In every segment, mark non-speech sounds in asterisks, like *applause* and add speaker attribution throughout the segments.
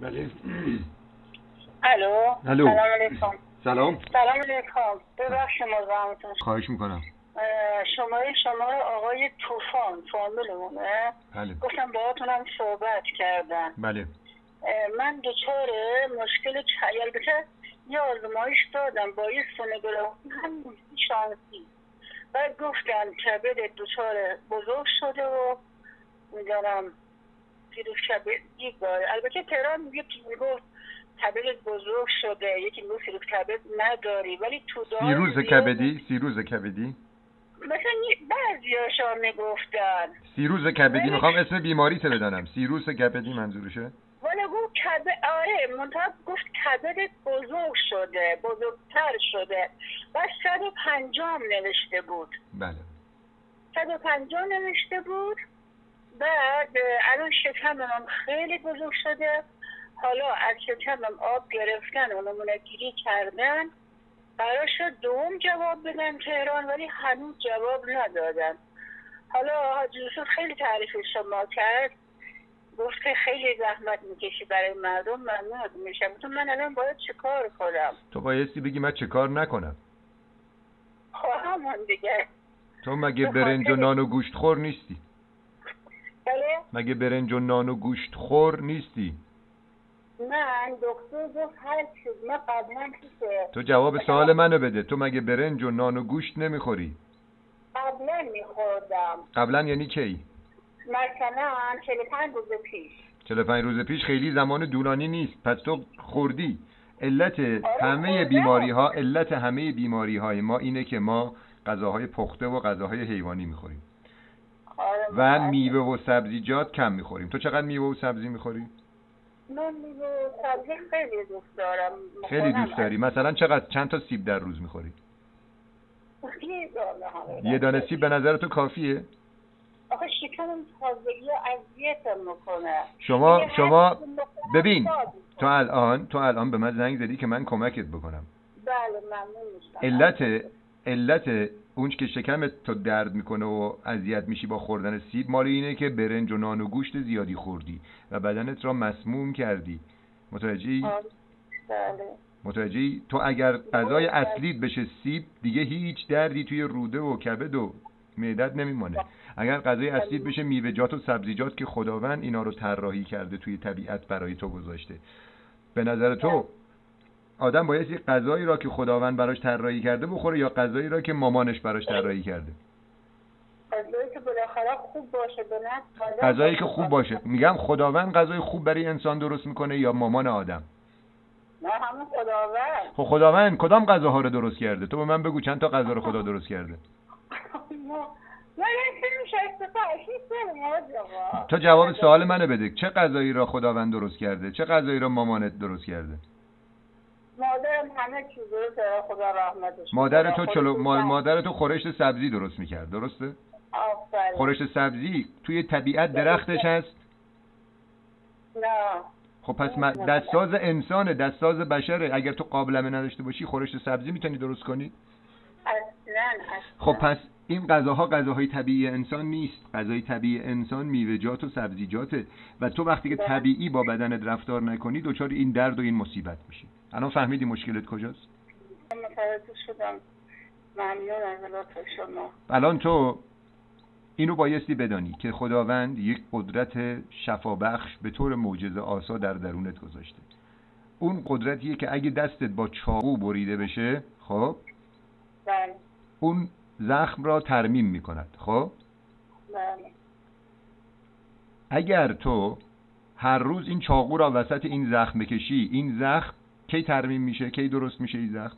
Speaker 1: بله *clears throat*
Speaker 2: الو
Speaker 1: الو.
Speaker 2: سلام علیکم
Speaker 1: سلام
Speaker 2: سلام علیکم ببخش مزاحمتون
Speaker 1: خواهش میکنم
Speaker 2: اه، شماره شماره آقای طوفان فامیلمونه
Speaker 1: بله
Speaker 2: گفتم باهاتونم صحبت کردم
Speaker 1: بله
Speaker 2: اه، من دچار مشکل چ- البته یه آزمایش دادم با یه سونوگرافی همین شانسی و گفتن کبد دچار بزرگ شده و میدانم فیروز کبدی داره البته تهران یکی میگفت کبد بزرگ شده یکی میگفت فیروز کبد نداری ولی تو
Speaker 1: سیروز کبدی سیروز کبدی
Speaker 2: مثلا بعضی هاشا میگفتن
Speaker 1: سیروز کبدی میخوام اسم بیماریت بدانم سیروز کبدی منظورشه
Speaker 2: والا گفت کبه آره منطقه گفت کبدت بزرگ شده بزرگتر شده و 150 نوشته بود
Speaker 1: بله
Speaker 2: 150 نوشته بود بعد اه، الان شکمم خیلی بزرگ شده حالا از شکمم آب گرفتن و نمونه گیری کردن قرار شد دوم جواب بدن تهران ولی هنوز جواب ندادن حالا حاج یوسف خیلی تعریف شما کرد گفت که خیلی زحمت میکشی برای مردم ممنون میشم تو من الان باید چه کار کنم
Speaker 1: تو بایستی بگی من چه کار نکنم
Speaker 2: خواهمون دیگه
Speaker 1: تو مگه
Speaker 2: به خاطر-
Speaker 1: برنج و نان و گوشت خور نیستی
Speaker 2: بله
Speaker 1: مگه برنج و نان و گوشت خور نیستی
Speaker 2: من دکتر گفت هر چیز من قبلا که
Speaker 1: تو جواب سوال منو بده تو مگه برنج و نان و گوشت نمیخوری
Speaker 2: قبلا میخوردم
Speaker 1: قبلا یعنی کی
Speaker 2: مثلا 45 روز پیش
Speaker 1: 45 روز پیش خیلی زمان دورانی نیست پس تو خوردی علت همه
Speaker 2: آره، خوردم.
Speaker 1: بیماری ها علت همه بیماری های ما اینه که ما غذاهای پخته و غذاهای حیوانی میخوریم
Speaker 2: آره،
Speaker 1: و
Speaker 2: من-
Speaker 1: میوه و سبزیجات کم میخوریم تو چقدر میوه و سبزی میخوری
Speaker 2: من میوه و سبزی خیلی دوست دارم
Speaker 1: خیلی دوست داری مثلا چقدر چند تا سیب در روز میخوری
Speaker 2: یه دانه همه.
Speaker 1: یه دانه سیب به نظر تو کافیه
Speaker 2: آخه شکمم تازگی رو اذیتم میکنه
Speaker 1: شما
Speaker 2: یه
Speaker 1: شما
Speaker 2: هر چیزی میخورم
Speaker 1: ببین
Speaker 2: باز
Speaker 1: تو
Speaker 2: می‌کنم.
Speaker 1: الان تو الان به من زنگ زدی که من کمکت بکنم
Speaker 2: بله ممنون میشم
Speaker 1: علت علت اون که شکمت تو درد میکنه و اذیت میشی با خوردن سیب مال اینه که برنج و نان و گوشت زیادی خوردی و بدنت را مسموم کردی متوجهی
Speaker 2: آه، بله
Speaker 1: متوجهی تو اگر غذای اصلیت بشه سیب دیگه هیچ دردی توی روده و کبد و معدت نمیمانه اگر غذای اصلیت بشه میوه‌جات و سبزیجات که خداوند اینا رو طراحی کرده توی طبیعت برای تو گذاشته به نظر تو آدم باید یه غذایی را که خداوند براش طراحی کرده بخوره یا غذایی را که مامانش براش طراحی کرده
Speaker 2: غذایی که بالاخره خوب باشه به نفس آدم
Speaker 1: غذایی که خوب باشه میگم خداوند غذای خوب برای انسان درست میکنه یا مامان آدم
Speaker 2: نه همون خداوند
Speaker 1: خب خداوند کدام غذاها رو درست کرده تو به من بگو چند تا غذا رو خدا درست کرده
Speaker 2: نه نه یه فیلم شایسته فرشی سر مورد آقا.
Speaker 1: تا جواب سوال منو بده چه غذایی را خداوند درست کرده چه غذایی را مامانت درست کرده
Speaker 2: مادرم همه چیز رو داره خدا رحمتش کنه.
Speaker 1: مادر تو
Speaker 2: خدا
Speaker 1: چلو ما-
Speaker 2: خودش
Speaker 1: مادر تو خورشت سبزی درست میکرد درسته
Speaker 2: آفرین.
Speaker 1: خورشت سبزی توی طبیعت درختش هست
Speaker 2: نه
Speaker 1: خب پس من- دستساز انسانه دستساز بشره اگر تو قابلمه نداشته باشی خورشت سبزی میتونی درست کنی
Speaker 2: اصلا اصلا
Speaker 1: خب پس این غذاها غذاهای طبیعی انسان نیست غذای طبیعی انسان میوه‌جات و سبزیجاته و تو وقتی که
Speaker 2: بله.
Speaker 1: طبیعی با بدنت رفتار نکنی دچار این درد و این مصیبت میشی الان فهمیدی مشکلت کجاست
Speaker 2: من متوجه شدم ممنون از لطف شما
Speaker 1: الان تو اینو بایستی بدانی که خداوند یک قدرت شفابخش به طور معجزه آسا در درونت گذاشته اون قدرتیه که اگه دستت با چاقو بریده بشه خب
Speaker 2: بله
Speaker 1: اون زخم را ترمیم میکند خب
Speaker 2: بله
Speaker 1: اگر تو هر روز این چاقو را وسط این زخم بکشی این زخم کی ترمیم میشه کی درست میشه این زخم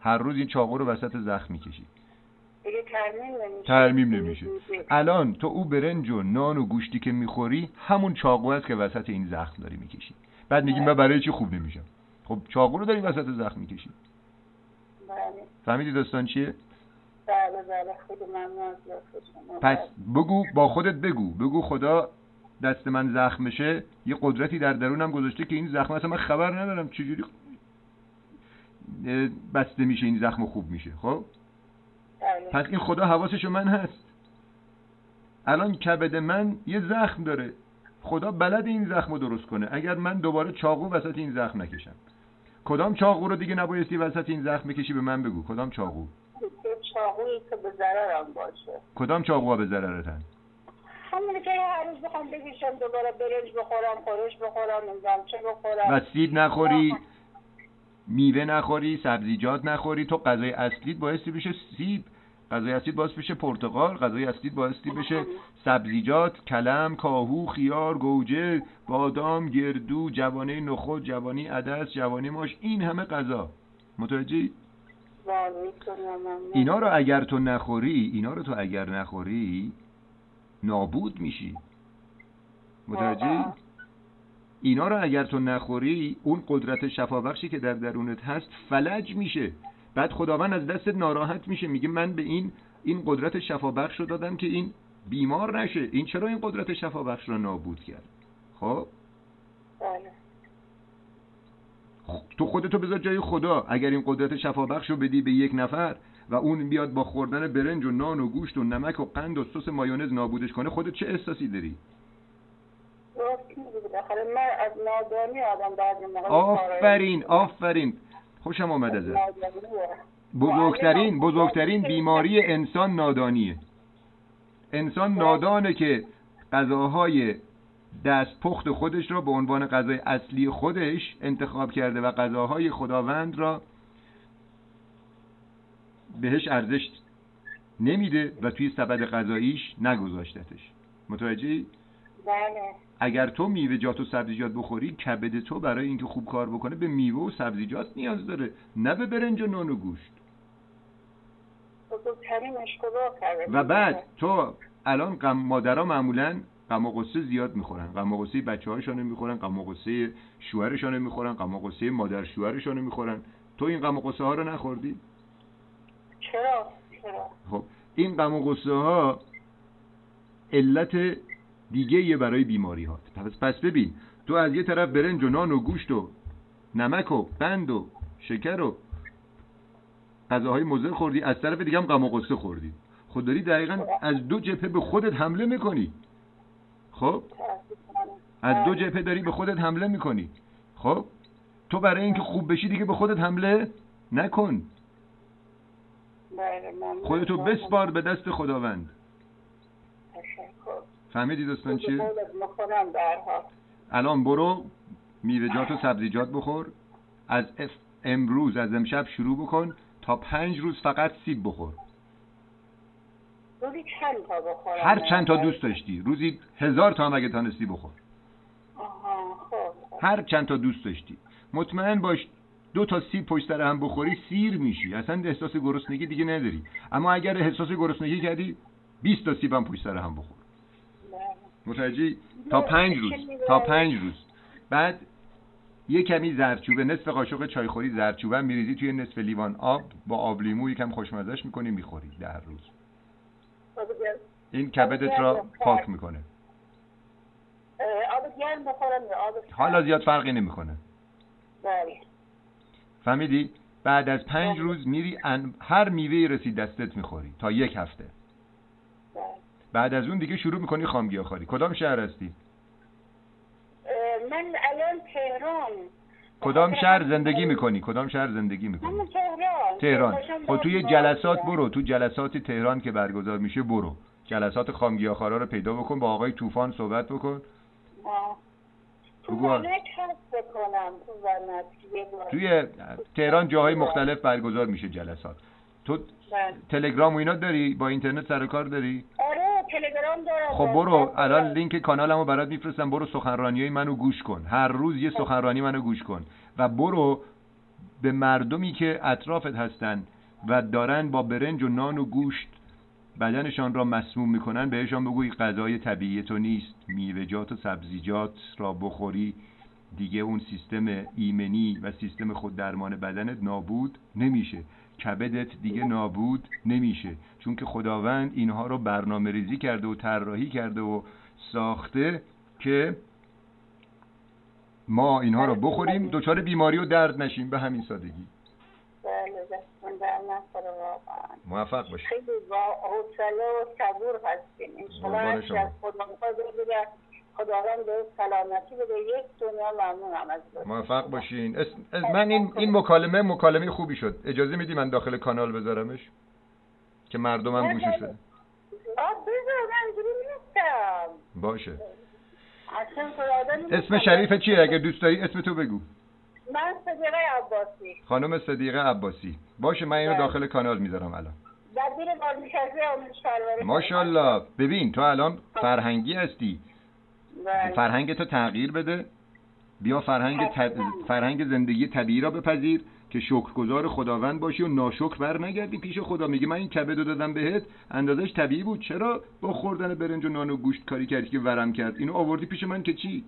Speaker 1: هر روز این چاقو رو وسط زخم میکشی
Speaker 2: دیگه ترمیم نمیشه
Speaker 1: ترمیم نمیشه. الان تو او برنج و نان و گوشتی که میخوری همون چاقو است که وسط این زخم داری میکشی بعد میگی من برای چی خوب نمیشم خب چاقو رو داری وسط زخم میکشی
Speaker 2: بله
Speaker 1: فهمیدی داستان چیه
Speaker 2: بله بله خیلی ممنون از لطف شما
Speaker 1: پس بگو با خودت بگو بگو خدا دست من زخم بشه یه قدرتی در درونم گذاشته که این زخم اصلا من خبر ندارم چجوری اه، بسته میشه این زخم و خوب میشه خب
Speaker 2: بله
Speaker 1: پس این خدا حواسش به من هست الان کبد من یه زخم داره خدا بلد این زخم رو درست کنه اگر من دوباره چاقو وسط این زخم نکشم کدام چاقو رو دیگه نبایستی وسط این زخم بکشی به من بگو کدام چاقو
Speaker 2: چاقویی که به ضررم باشه
Speaker 1: کدام چاقوها به ضررتن
Speaker 2: همونی که هر روز بخوام بکشم دوباره برنج بخورم خورش بخورم نمیدونم چه بخورم
Speaker 1: و سیب نخوری میوه نخوری سبزیجات نخوری تو غذای اصلیت بایستی بشه سیب غذای اصلیت باعث بشه پرتقال غذای اصلیت بایستی بشه سبزیجات کلم کاهو خیار گوجه بادام گردو جوانه نخود جوانه عدس جوانه ماش این همه غذا متوجهی
Speaker 2: بله، می‌تونم، ممنون.
Speaker 1: اینا رو اگر تو نخوری اینا رو تو اگر نخوری نابود میشی متوجه
Speaker 2: آها.
Speaker 1: اینا رو اگر تو نخوری اون قدرت شفابخشی که در درونت هست فلج میشه بعد خداوند از دست ناراحت میشه میگه من به این این قدرت شفابخش رو دادم که این بیمار نشه این چرا این قدرت شفابخش رو نابود کرد خب
Speaker 2: بله
Speaker 1: خ- تو خودتو بذار جای خدا اگر این قدرت شفابخش رو بدی به یک نفر و اون بیاد با خوردن برنج و نان و گوشت و نمک و قند و سس مایونز نابودش کنه خودت چه احساسی داری
Speaker 2: درست میگی بالاخره من از نادانی آدم خب، بعضی موقع
Speaker 1: آفرین آفرین خوشم آمد ازت
Speaker 2: نادانیه.
Speaker 1: بزرگترین بزرگترین بیماری انسان نادانیه انسان نادانه که غذاهای دست پخت خودش را به عنوان غذای اصلی خودش انتخاب کرده و غذاهای خداوند را بهش ارزش نمیده و توی سبد غذاییش نگذاشتتش متوجهی؟
Speaker 2: بله
Speaker 1: اگر تو میوه جات و سبزیجات بخوری کبد تو برای اینکه خوب کار بکنه به میوه و سبزیجات نیاز داره نه به برنج و نان و گوشت
Speaker 2: بزرگترین اشتباه کرده
Speaker 1: و بعد تو الان غم مادرها معمولا غم و غصه زیاد میخورن غم و غصه بچه هاشانه میخورن غم و غصه شوهرشانه میخورن غم و غصه مادر شوهرشانه میخورن تو این غم و غصه ها رو نخوردی
Speaker 2: چرا چرا
Speaker 1: خب این غم و غصه ها علت دیگه برای بیماری ها پس, پس ببین تو از یه طرف برنج و نان و گوشت و نمک و بند و شکر و غذاهای مضر خوردی از طرف دیگه هم غم و غصه خوردی خود داری دقیقا از دو جبهه به خودت حمله میکنی خب
Speaker 2: تأسفانه.
Speaker 1: از دو جبهه داری به خودت حمله میکنی خب تو برای اینکه خوب بشی دیگه به خودت حمله نکن
Speaker 2: بله ممنون.
Speaker 1: خودتو بسپار به دست خداوند
Speaker 2: تشکر
Speaker 1: فهمیدی دوستان چیه؟
Speaker 2: بله، می‌خورم به هر حال.
Speaker 1: الان برو میوه‌جات و سبزیجات بخور از اف- امروز از امشب شروع بکن تا پنج روز فقط سیب بخور
Speaker 2: روزی چند تا بخورم بله.
Speaker 1: هر چند تا دوست داشتی روزی هزار تا هم اگه تانستی بخور
Speaker 2: آها خب
Speaker 1: هر چند تا دوست داشتی مطمئن باش دو تا سیب پشت سر هم بخوری سیر میشی اصلا احساس گرسنگی دیگه نداری اما اگر احساس گرسنگی کردی 20 تا سیب هم پشت سر هم بخور
Speaker 2: بله.
Speaker 1: متوجهی تا پنج روز تا پنج روز بعد یه کمی زردچوبه نصف قاشق چایخوری زردچوبه هم میریزی توی نصف لیوان آب با آب لیمو یکم خوشمزش میکنی میخوری در روز
Speaker 2: آب گرم-
Speaker 1: این کبدت را پاک میکنه
Speaker 2: اه، آب گرم بخورم یا آب سرد؟
Speaker 1: حالا زیاد فرقی نمیکنه
Speaker 2: بله
Speaker 1: فهمیدی بعد از پنج روز میری ان... هر میوه رسید دستت میخوری تا یک هفته
Speaker 2: بله
Speaker 1: بعد از اون دیگه شروع میکنی خامگیاخواری کدام شهر هستی
Speaker 2: اه، من الان تهران
Speaker 1: کدام شهر زندگی میکنی کدام شهر زندگی میکنی
Speaker 2: من تهران
Speaker 1: تهران
Speaker 2: تهرانشم
Speaker 1: خب توی
Speaker 2: باز
Speaker 1: جلسات
Speaker 2: می‌کنم.
Speaker 1: برو تو جلسات تهران که برگزار میشه برو جلسات خامگیاخارا رو پیدا بکن با آقای طوفان صحبت بکن
Speaker 2: آه. تو
Speaker 1: بگو.
Speaker 2: زنک هست بکنم تو زنک یه بار.
Speaker 1: توی تهران جاهای مختلف برگزار میشه جلسات تو
Speaker 2: بله.
Speaker 1: تلگرام و اینا داری با اینترنت سر و کار داری
Speaker 2: آره تلگرام دارم بله،
Speaker 1: خب برو
Speaker 2: واتساپ
Speaker 1: الان
Speaker 2: دارم.
Speaker 1: لینک کانالمو برات میفرستم برو سخنرانی منو گوش کن هر روز یه سخنرانی منو گوش کن و برو به مردمی که اطرافت هستن و دارن با برنج و نان و گوشت بدنشان را مسموم میکنن بهشان بگوی غذای طبیعی تو نیست میوه‌جات و سبزیجات را بخوری دیگه اون سیستم ایمنی و سیستم خوددرمان بدنت نابود نمیشه کبدت دیگه نابود نمیشه چون که خداوند اینها رو برنامه ریزی کرده و طراحی کرده و ساخته که ما اینها رو بخوریم دچار بیماری و درد نشیم به همین سادگی
Speaker 2: بله دستون در نکنه واقعا
Speaker 1: موفق باشید
Speaker 2: خیلی با حوصله و صبور هستین انشالله
Speaker 1: قربان
Speaker 2: هرچی
Speaker 1: شما.
Speaker 2: از خدا می‌خواد بگه خداوند به سلامتی بده یک دنیا ممنونم از لطفت.
Speaker 1: موفق باشین اس... اس- من این این مکالمه مکالمه خوبی شد اجازه میدی من داخل کانال بذارمش که مردمم گوشش بده
Speaker 2: آه بذار من اینجوری نیستم
Speaker 1: باشه
Speaker 2: اصلا خداوند نیستم.
Speaker 1: اسم شریف چیه اگه دوست داری اسم تو بگو
Speaker 2: من صدیقه عباسی
Speaker 1: خانم صدیقه عباسی باشه من اینو
Speaker 2: بله.
Speaker 1: داخل کانال میذارم الان
Speaker 2: وزیر بازنشسته آموزش پرورش
Speaker 1: ماشاءالله ببین تو الان فرهنگی هستی
Speaker 2: بله.
Speaker 1: فرهنگ تو تغییر بده بیا فرهنگ, تد... فرهنگ زندگی طبیعی را بپذیر که شکرگزار خداوند باشی و ناشکر بر نگردی پیش خدا میگه من این کبد رو دادم بهت اندازش طبیعی بود چرا با خوردن برنج و نان و گوشت کاری کردی که ورم کرد اینو آوردی پیش من که چی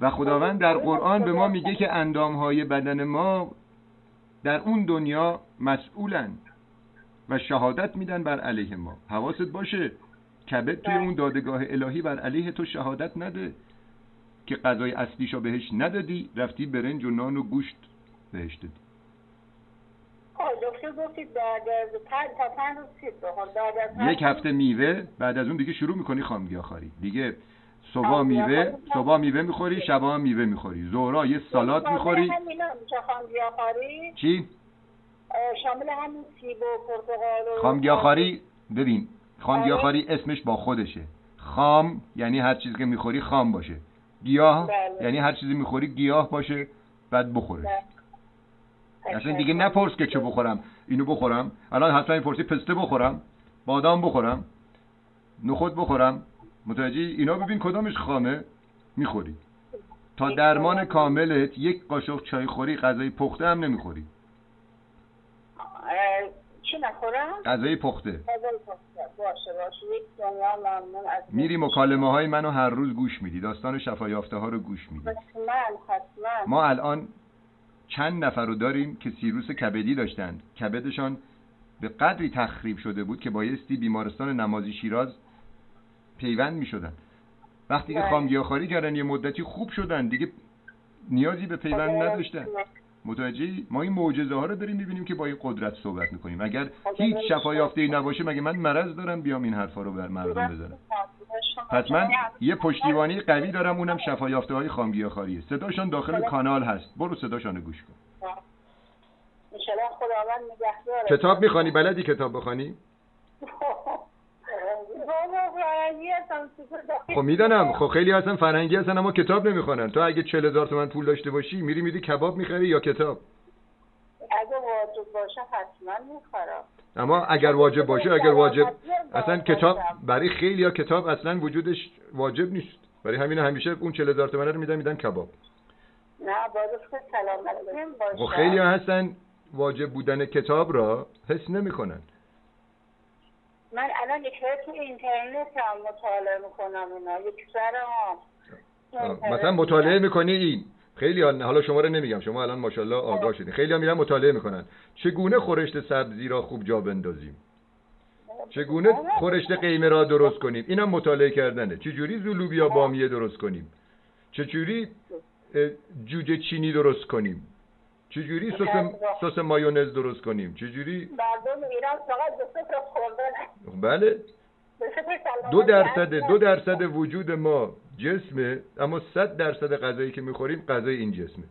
Speaker 1: و خداوند در قرآن به ما میگه که اندامهای بدن ما در اون دنیا مسئولند و شهادت میدن بر علیه ما حواست باشه کبد توی اون دادگاه الهی بر علیه تو شهادت نده که غذای اصلیشو بهش ندادی رفتی برنج و نان و گوشت بهش دادی
Speaker 2: آه، خب، دکتر گفتید بعد از پنج تا پنج روز چیز بخور بعد از پنج
Speaker 1: یک هفته میوه بعد از اون دیگه شروع میکنی خامگیاخواری دیگه صبح
Speaker 2: خام
Speaker 1: میوه
Speaker 2: گیاهخواری
Speaker 1: صبح میوه میخوری شبا هم میوه میخوری زورا یه سالاد میخوری
Speaker 2: شامل همینا میشه خامگیاهخواری
Speaker 1: چی
Speaker 2: آه، شامل همین سیب و پرتقال و
Speaker 1: خامگیاخواری ببین
Speaker 2: بله.
Speaker 1: خامگیاخواری اسمش با خودشه خام یعنی هر چیزی که میخوری خام باشه گیاه
Speaker 2: بله.
Speaker 1: یعنی هر چیزی میخوری گیاه باشه بعد بخوره
Speaker 2: بله.
Speaker 1: اصلا دیگه نپرس که چه بخورم اینو بخورم الان حتما پرسی پسته بخورم بادام بخورم نخود بخورم متوجه اینا ببین کدامش خامه میخوری تا درمان کاملت یک قاشق چای خوری غذای پخته هم نمیخوری
Speaker 2: آه، چی نخورم؟
Speaker 1: غذای پخته
Speaker 2: غذای پخته. باشه باشه یک دنیا ممنون از
Speaker 1: میری مکالمه های منو هر روز گوش میدی داستان شفا یافته ها رو گوش میدی
Speaker 2: حتما حتما
Speaker 1: ما الان چند نفر رو داریم که سیروس کبدی داشتند کبدشان به قدری تخریب شده بود که بایستی بیمارستان نمازی شیراز پیوند می شدن وقتی که
Speaker 2: بله.
Speaker 1: خامگیاخواری کردن یه مدتی خوب شدن دیگه نیازی به پیوند نداشتن متوجهی ما این معجزه ها رو داریم میبینیم که با این قدرت صحبت میکنیم اگر هیچ شفایافته ای نباشه مگه من مرض دارم بیام این حرفا رو بر مردم
Speaker 2: خب.
Speaker 1: بزنم پس من یه پشتیبانی قوی دارم اونم شفایافته های خامگیاخواریه صداشان داخل کانال هست برو صداشان رو گوش کن
Speaker 2: انشالله خداوند نگهدارت
Speaker 1: کتاب
Speaker 2: *laughs*
Speaker 1: بله. میخوانی بلدی کتاب بخوانی
Speaker 2: بابا فرنگی هستم سوپر
Speaker 1: خب
Speaker 2: دارم.
Speaker 1: میدانم خب خیلی اصلا فرنگی هستن اما کتاب نمیخوانن تو اگه چل هزار تومن پول داشته باشی میری میری کباب میخری یا کتاب
Speaker 2: اگه واجب باشه حتما میخورم
Speaker 1: اما اگر واجب باشه اگر واجب اصلا کتاب برای خیلی کتاب اصلا وجودش واجب نیست برای همین همیشه اون چل هزار تومن رو میدن میدن کباب
Speaker 2: نه بازش که سلامتیم باشه
Speaker 1: خب خیلی هستن واجب بودن کتاب را حس نمیکنن
Speaker 2: من الان یک تو اینترنت هم مطالعه میکنم اینا یک سر هم
Speaker 1: آه، مثلا مطالعه میکنی این خیلی حالا شما رو نمیگم شما الان ماشاءالله آگاه شدین خیلی ها میرن مطالعه میکنن چگونه خورشت سبزی را خوب جا بندازیم چگونه خورشت قیمه را درست کنیم اینم مطالعه کردنه چجوری زلوبی یا بامیه درست کنیم چجوری اه، جوجه چینی درست کنیم چجوری سس, سس مایونز درست کنیم چجوری
Speaker 2: مردم ایران فقط به فکر خوردن
Speaker 1: بله
Speaker 2: به فکر سلامتی
Speaker 1: دو درصد
Speaker 2: هستن.
Speaker 1: دو درصد وجود ما جسمه اما 100 درصد غذایی که میخوریم غذای این جسمه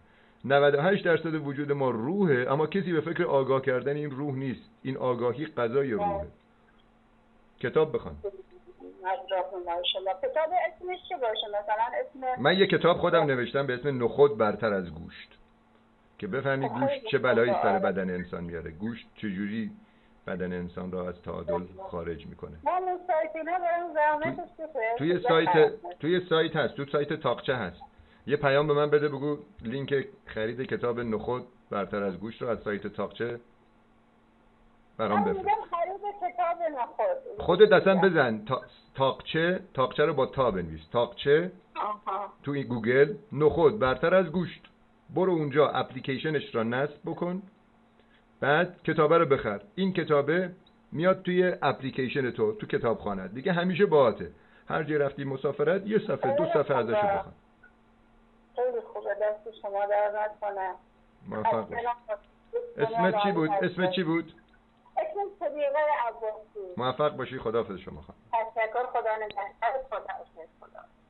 Speaker 1: 98 درصد وجود ما روحه اما کسی به فکر آگاه کردن این روح نیست این آگاهی غذای روحه کتاب بخوان
Speaker 2: از راه ماشاءالله. کتاب اسمش چی باشه مثلا اسم
Speaker 1: من یه کتاب خودم نوشتم به اسم نخود برتر از گوشت که بفهمی گوشت چه بلایی سر بدن انسان میاره گوشت چجوری بدن انسان را از تعادل خارج میکنه
Speaker 2: ما اون سایت اینا برام زحمتش بکشه.
Speaker 1: توی سایت توی سایت هست تو سایت تاقچه هست یه پیام به من بده بگو لینک خرید کتاب نخود برتر از گوشت رو از سایت تاقچه برام
Speaker 2: من
Speaker 1: بفرست
Speaker 2: میگم خرید کتاب نخود
Speaker 1: خودت اصلا بزن تا... تاقچه تاقچه رو با تا بنویس تاقچه
Speaker 2: آها
Speaker 1: توی گوگل نخود برتر از گوشت برو اونجا اپلیکیشنش را نصب بکن بعد کتابه رو بخر این کتابه میاد توی اپلیکیشن تو تو کتاب خاند دیگه همیشه باهاته هر جای رفتی مسافرت یه صفحه دو صفحه ازش رو بخون
Speaker 2: خیلی خوبه دست شما در نکنه
Speaker 1: موفق باشی. اسمت چی بود اسمت چی بود
Speaker 2: اسم صدیقه عباسی
Speaker 1: موفق باشی خداحافظ شما خانم
Speaker 2: تشکر خدا نگهدار خدا حافظ، خدا حافظ.